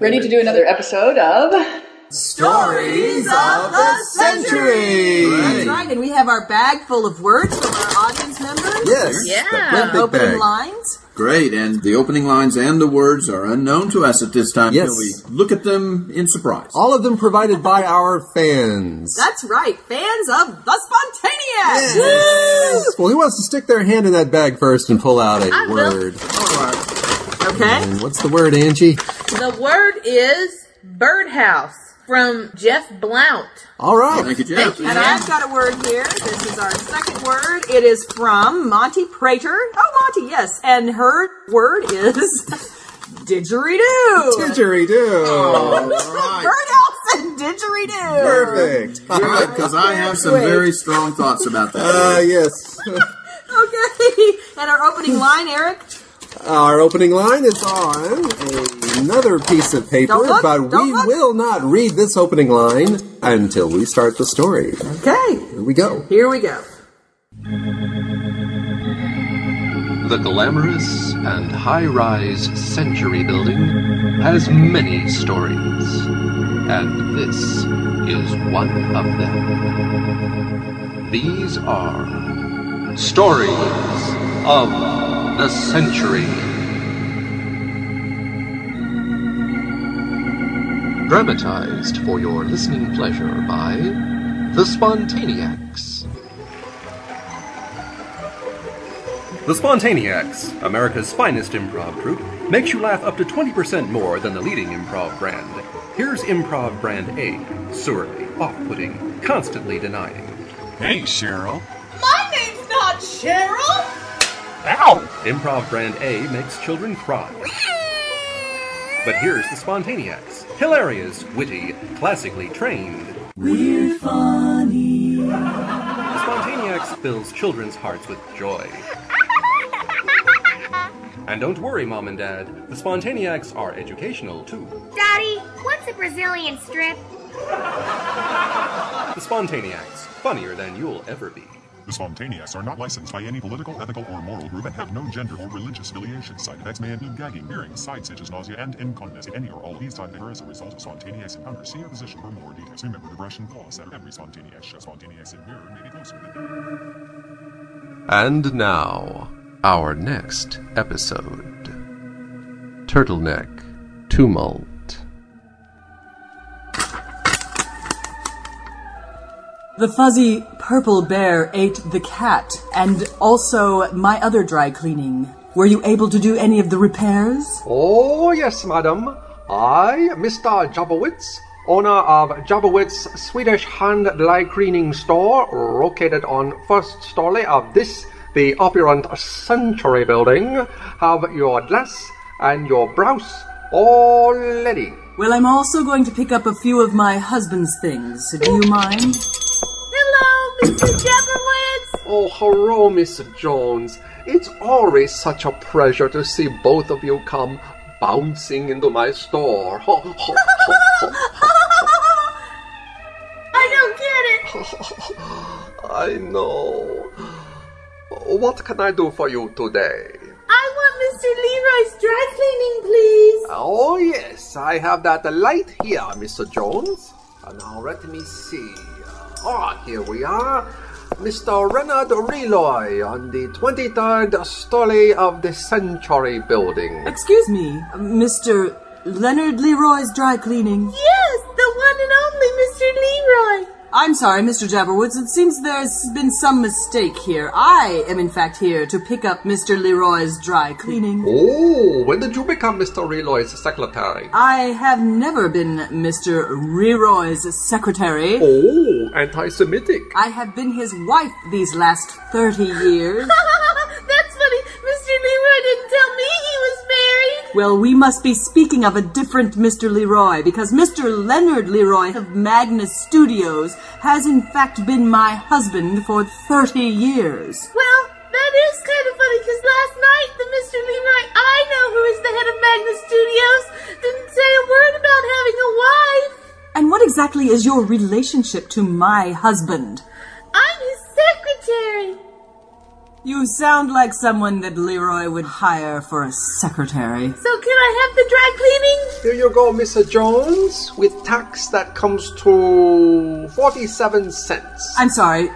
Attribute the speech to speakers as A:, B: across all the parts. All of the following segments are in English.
A: Ready to do another episode of
B: Stories of the Century!
C: That's right, and we have our bag full of words from our audience members.
B: Yes.
C: Yeah.
B: that great big
C: opening
B: bag.
C: lines.
B: Great, and the opening lines and the words are unknown to us at this time
D: Yes.
B: till we look at them in surprise.
D: All of them provided by our fans.
C: That's right, fans of the Spontaneous.
D: Yes. Well, who wants to stick their hand in that bag first and pull out a
C: I will.
D: word?
C: Okay,
D: And what's the word, Angie?
E: The word is birdhouse from Jeff Blount.
D: All right.
B: Thank you, Jeff.
C: and I've got a word here. This is our second word. It is from Monty Prater. Oh, Monty, yes, and her word is didgeridoo.
D: Didgeridoo.
C: Birdhouse and didgeridoo.
D: Perfect.
B: Because I have some very strong thoughts about that.
D: Uh, yes.
C: Okay, and our opening line, Eric.
D: Our opening line is on another piece of paper,
C: Don't look,
D: but
C: don't
D: we
C: look.
D: will not read this opening line until we start the story.
C: Okay,
D: Here we go.
C: here we go.
F: The glamorous and high rise Century Building has many stories, and this is one of them. These are Stories of the Century. Dramatized for your listening pleasure by The Spontaniacs.
G: The Spontaniacs, America's finest improv troupe, makes you laugh up to 20% more than the leading improv brand. Here's improv brand A, surly, off putting, constantly denying.
H: Hey, Cheryl.
E: My name's not Cheryl.
H: Ow!
G: Improv brand A makes children cry. But here's the Spontaniacs, hilarious, witty, classically trained. We're funny. The Spontaniacs fills children's hearts with joy. And don't worry, Mom and Dad, the Spontaniacs are educational too.
I: Daddy, what's a Brazilian strip?
G: The Spontaniacs, funnier than you'll ever be.
H: The Spontaniacs are not licensed by any political, ethical, or moral group and have no gender or religious affiliation. Side effects may include gagging, hearing, side such as nausea and incontinence. Any or all of these side effects are as a result of spontaneous encounter. See a physician for more details. Remember the Russian clause that every spontaneous show spontaneous in mirror may be closer than...
F: And now, our next episode Turtleneck Tumult.
C: The fuzzy purple bear ate the cat and also my other dry cleaning. Were you able to do any of the repairs?
J: Oh, yes, madam. I, Mr. Jabowitz, owner of Jabowitz's Swedish hand dry cleaning store, located on first story of this, the opulent Century Building, have your dress and your blouse all ready.
C: Well, I'm also going to pick up a few of my husband's things. Do you mind?
E: Hello, Mr. Jeffowitz.
J: Oh, hello, Miss Jones. It's always such a pleasure to see both of you come bouncing into my store.
E: I don't get it.
J: I know. What can I do for you today?
E: I want Mr. Leroy's dry cleaning, please.
J: Oh, yes, I have that light here, Mr. Jones. Uh, Now, let me see. Ah, here we are. Mr. Renard Reloy on the 23rd story of the Century Building.
C: Excuse me, Mr. Leonard Leroy's dry cleaning.
E: Yes, the one and only Mr. Leroy.
C: I'm sorry, Mr. Jabberwoods. It seems there's been some mistake here. I am, in fact, here to pick up Mr. Leroy's dry cleaning.
J: Oh, when did you become Mr. Reloy's secretary?
C: I have never been Mr. Leroy's secretary.
J: Oh, anti Semitic.
C: I have been his wife these last 30 years.
E: That's funny. Mr. Leroy didn't tell me he was married.
C: well, we must be speaking of a different Mr. Leroy because Mr. Leonard Leroy of Magnus Studios has in fact been my husband for 30 years.
E: Well, that is kind of funny because last night the Mr. Leroy I know, who is the head of Magnus Studios, didn't say a word about having a wife.
C: And what exactly is your relationship to my husband?
E: I'm his secretary.
C: You sound like someone that Leroy would hire for a secretary.
E: So can I have the dry cleaning?
J: Here you go, Mr. Jones, with tax that comes to 47 cents.
C: I'm sorry.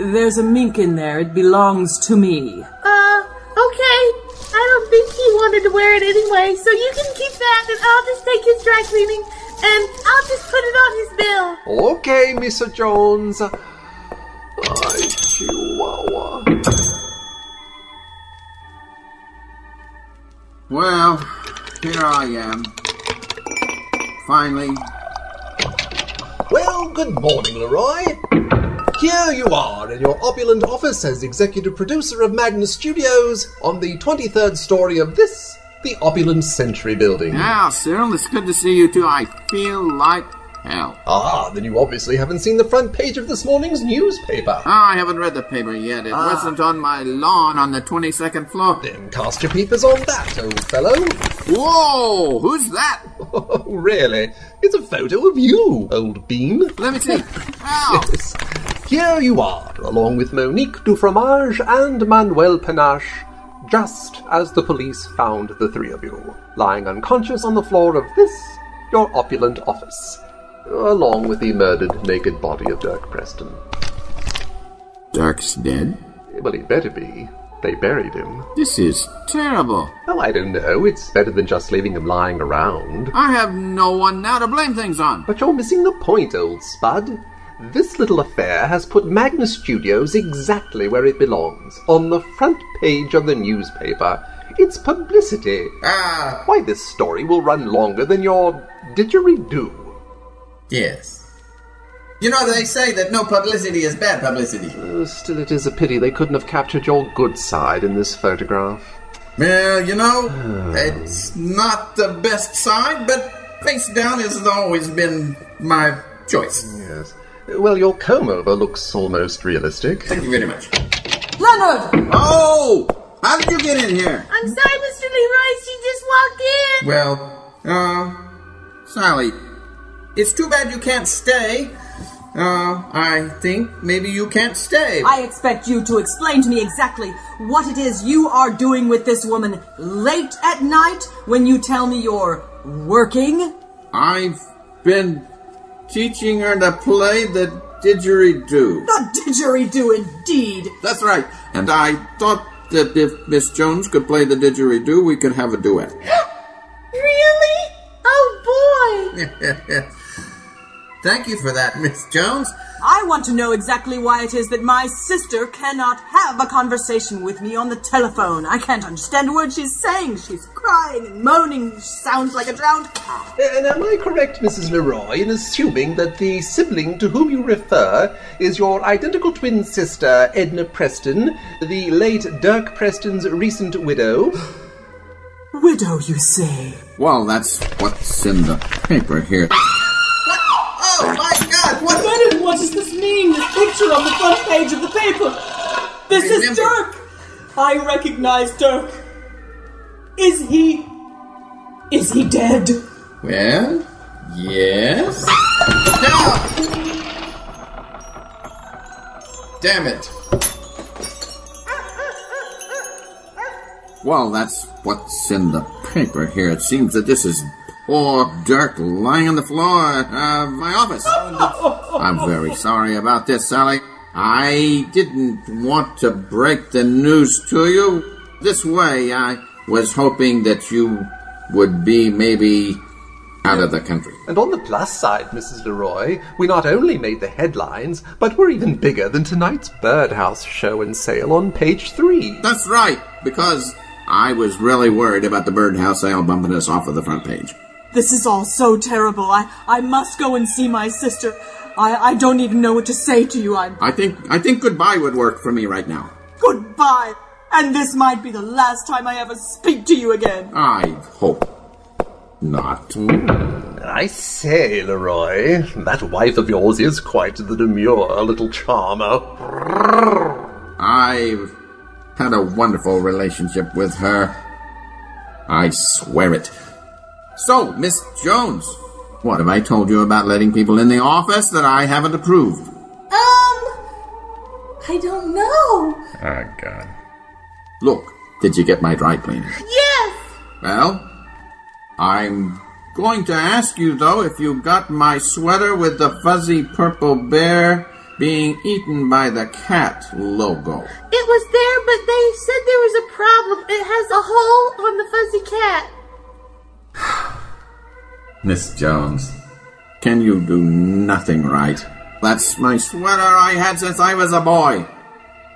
C: There's a mink in there. It belongs to me.
E: Uh, okay. I don't think he wanted to wear it anyway, so you can keep that and I'll just take his dry cleaning and I'll just put it on his bill.
J: Okay, Mr. Jones. Ay, chihuahua.
B: Well, here I am. Finally.
K: Well, good morning, Leroy. Here you are in your opulent office as executive producer of Magnus Studios on the 23rd story of this, the Opulent Century Building.
B: Now, Ah, Cyril, it's good to see you too. I feel like hell.
K: Ah, then you obviously haven't seen the front page of this morning's newspaper.
B: Ah, I haven't read the paper yet. It
K: Ah.
B: wasn't on my lawn on the 22nd floor.
K: Then cast your peepers on that, old fellow.
B: Whoa! Who's that?
K: Oh, really? It's a photo of you, old bean.
B: Let me see. Ow!
K: Yes. Here you are, along with Monique Dufromage and Manuel Panache, just as the police found the three of you, lying unconscious on the floor of this, your opulent office, along with the murdered naked body of Dirk Preston.
B: Dark's dead.
K: Well, he better be. They buried him.
B: This is terrible.
K: Oh, I don't know. It's better than just leaving him lying around.
B: I have no one now to blame things on.
K: But you're missing the point, old spud. This little affair has put Magnus Studios exactly where it belongs on the front page of the newspaper. It's publicity.
L: Ah,
K: Why, this story will run longer than your didgeridoo.
L: yes. You know, they say that no publicity is bad publicity.
K: Uh, still, it is a pity they couldn't have captured your good side in this photograph.
L: Well, you know, it's not the best side, but face down has always been my choice.
K: Yes. Well, your comb over looks almost realistic.
L: Thank you very much.
C: Leonard!
B: Oh! How did you get in here?
E: I'm sorry, Mr. Leroy, she just walked in.
L: Well, uh, Sally, it's too bad you can't stay. Uh, I think maybe you can't stay.
C: I expect you to explain to me exactly what it is you are doing with this woman late at night when you tell me you're working.
B: I've been teaching her to play the didgeridoo.
C: The didgeridoo, indeed.
B: That's right. And I thought that if Miss Jones could play the didgeridoo, we could have a duet.
E: Really? Oh boy!
L: Thank you for that, Miss Jones.
C: I want to know exactly why it is that my sister cannot have a conversation with me on the telephone. I can't understand a word she's saying. She's crying and moaning. She sounds like a drowned cat.
K: And am I correct, Mrs. Leroy, in assuming that the sibling to whom you refer is your identical twin sister, Edna Preston, the late Dirk Preston's recent widow?
C: Widow, you say?
B: Well, that's what's in the paper here.
L: Oh my God! What?
C: Leonard, what does this mean? This picture on the front page of the paper. This is
L: Remember-
C: Dirk. I recognize Dirk. Is he? Is he dead?
L: Well, yes. No! Damn it!
B: Well, that's what's in the paper here. It seems that this is poor Dirk lying on the floor of my office. I'm very sorry about this, Sally. I didn't want to break the news to you. This way, I was hoping that you would be maybe out of the country.
K: And on the plus side, Mrs. Leroy, we not only made the headlines, but we're even bigger than tonight's birdhouse show and sale on page three.
B: That's right, because I was really worried about the birdhouse sale bumping us off of the front page.
C: This is all so terrible. I, I must go and see my sister. I, I don't even know what to say to you. I'm
B: I think I think goodbye would work for me right now.
C: goodbye. And this might be the last time I ever speak to you again.
B: I hope not.
K: I say, Leroy, that wife of yours is quite the demure little charmer.
B: I've had a wonderful relationship with her. I swear it. So, Miss Jones, what have I told you about letting people in the office that I haven't approved?
E: Um, I don't know.
G: Oh, God.
B: Look, did you get my dry cleaner?
E: Yes!
B: Well, I'm going to ask you, though, if you got my sweater with the fuzzy purple bear being eaten by the cat logo.
E: It was there, but they said there was a problem. It has a hole on the fuzzy cat.
B: Miss Jones, can you do nothing right? That's my sweater I had since I was a boy.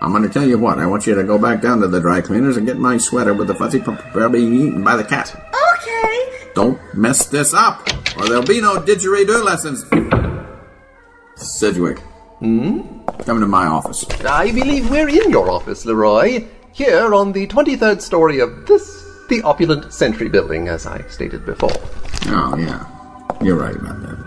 B: I'm going to tell you what. I want you to go back down to the dry cleaners and get my sweater with the fuzzy purple bear being eaten by the cat.
E: Okay.
B: Don't mess this up, or there'll be no didgeridoo lessons. Sidgwick.
K: Hmm?
B: Come to my office.
K: I believe we're in your office, Leroy. Here on the 23rd story of this, the opulent Sentry Building, as I stated before.
B: Oh, yeah. You're right about that.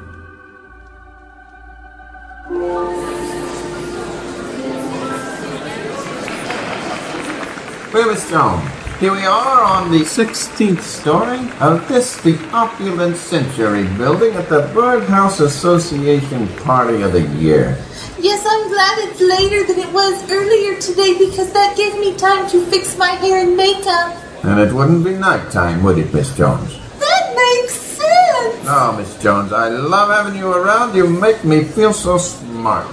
B: Riverstone. Here we are on the 16th story of this, the opulent century building at the Birdhouse Association Party of the Year.
E: Yes, I'm glad it's later than it was earlier today because that gave me time to fix my hair and makeup.
B: And it wouldn't be nighttime, would it, Miss Jones?
E: That makes sense!
B: Oh, Miss Jones, I love having you around. You make me feel so smart.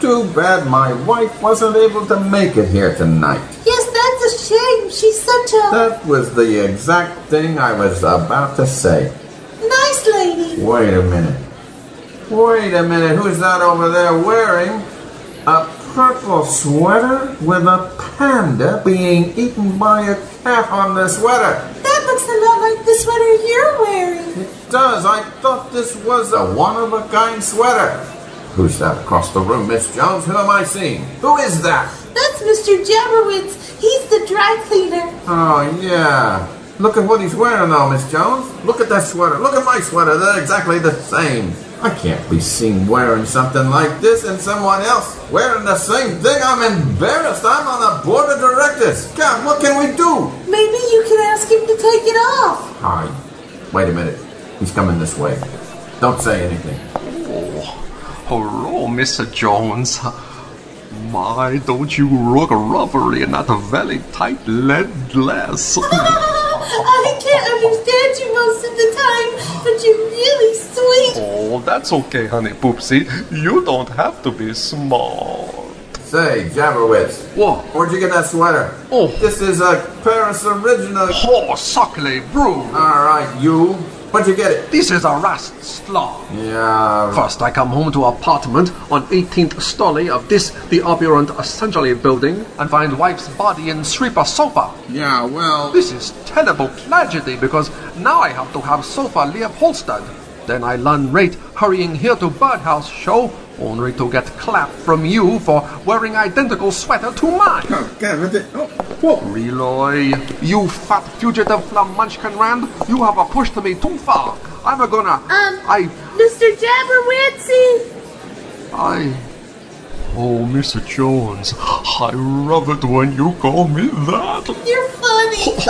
B: Too bad my wife wasn't able to make it here tonight.
E: yes, that's a shame. She's such a
B: That was the exact thing I was about to say.
E: nice lady.
B: Wait a minute. Wait a minute. Who's that over there wearing a purple sweater with a panda being eaten by a cat on the sweater?
E: That looks a lot like the sweater you're wearing.
B: Does I thought this was a one of a kind sweater? Who's that across the room, Miss Jones? Who am I seeing? Who is that?
E: That's Mr. Jabberwitz. He's the dry cleaner.
B: Oh yeah. Look at what he's wearing though, Miss Jones. Look at that sweater. Look at my sweater. They're exactly the same. I can't be seen wearing something like this and someone else wearing the same thing. I'm embarrassed. I'm on the board of directors. God, what can we do?
E: Maybe you can ask him to take it off.
B: Hi. Wait a minute. He's coming this way. Don't say anything.
J: Hello, Mr. Jones. My, don't you look rubbery in that very tight lead dress?
E: I can't understand you most of the time, but you're really sweet.
J: oh, that's okay, honey poopsie. You don't have to be small.
B: Say, Jabberwitch.
J: What?
B: Where'd you get that sweater?
J: Oh.
B: This is a Paris original.
J: Oh, suckly brew.
B: All right, you. Where'd you get it?
J: This is a rust slaw.
B: Yeah.
J: First, I come home to apartment on 18th story of this, the opulent Essentially building, and find wife's body in sweeper sofa.
B: Yeah. Well.
J: This is terrible tragedy because now I have to have sofa leave Holstad. Then I learn rate hurrying here to birdhouse show only to get clap from you for wearing identical sweater to mine.
B: Oh, God, what the... Oh, whoa.
J: Reloy, you fat fugitive from Munchkinland, you have a pushed me too far. I'm a gonna.
E: Um.
J: I.
E: Mr. Jabberwitzy!
J: I. Oh, Mr. Jones, I love it when you call me that.
E: You're funny!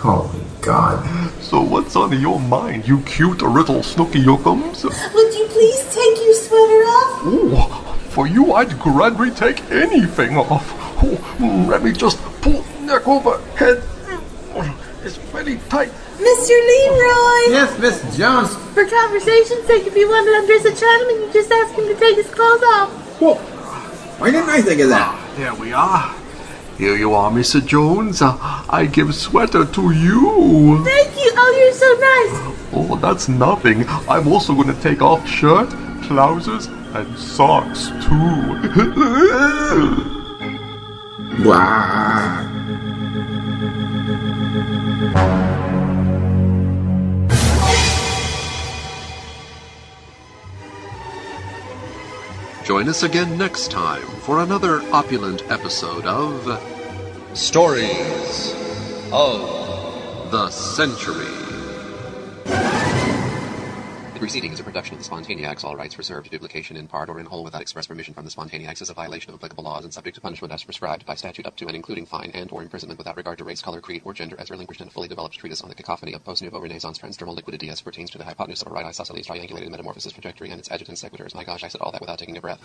B: Holy God.
J: So what's on your mind, you cute little snooky yookums?
E: Would you please take your sweater off?
J: Ooh, for you I'd gladly take anything off. Ooh, let me just pull neck over head. It's very tight.
E: Mr. Leroy!
B: Yes, Miss Jones.
E: For conversation's sake, if you want to undress a Chinaman, you just ask him to take his clothes off.
B: Whoa. Why didn't I think of that?
J: There we are. Here you are, Mr. Jones. Uh, I give sweater to you.
E: Thank you! Oh, you're so nice!
J: Oh, that's nothing. I'm also going to take off shirt, trousers, and socks too.
B: Wow.
F: Join us again next time for another opulent episode of Stories of the Century.
M: The preceding is a production of the Spontaniacs, all rights reserved. Duplication in part or in whole without express permission from the Spontaniacs is a violation of applicable laws and subject to punishment as prescribed by statute up to and including fine and or imprisonment without regard to race, color, creed, or gender as relinquished in a fully developed treatise on the cacophony of post-nouveau renaissance transdermal liquidity as pertains to the hypotenuse of a right isosceles triangulated metamorphosis trajectory and its adjutants sequiturs. My gosh, I said all that without taking a breath.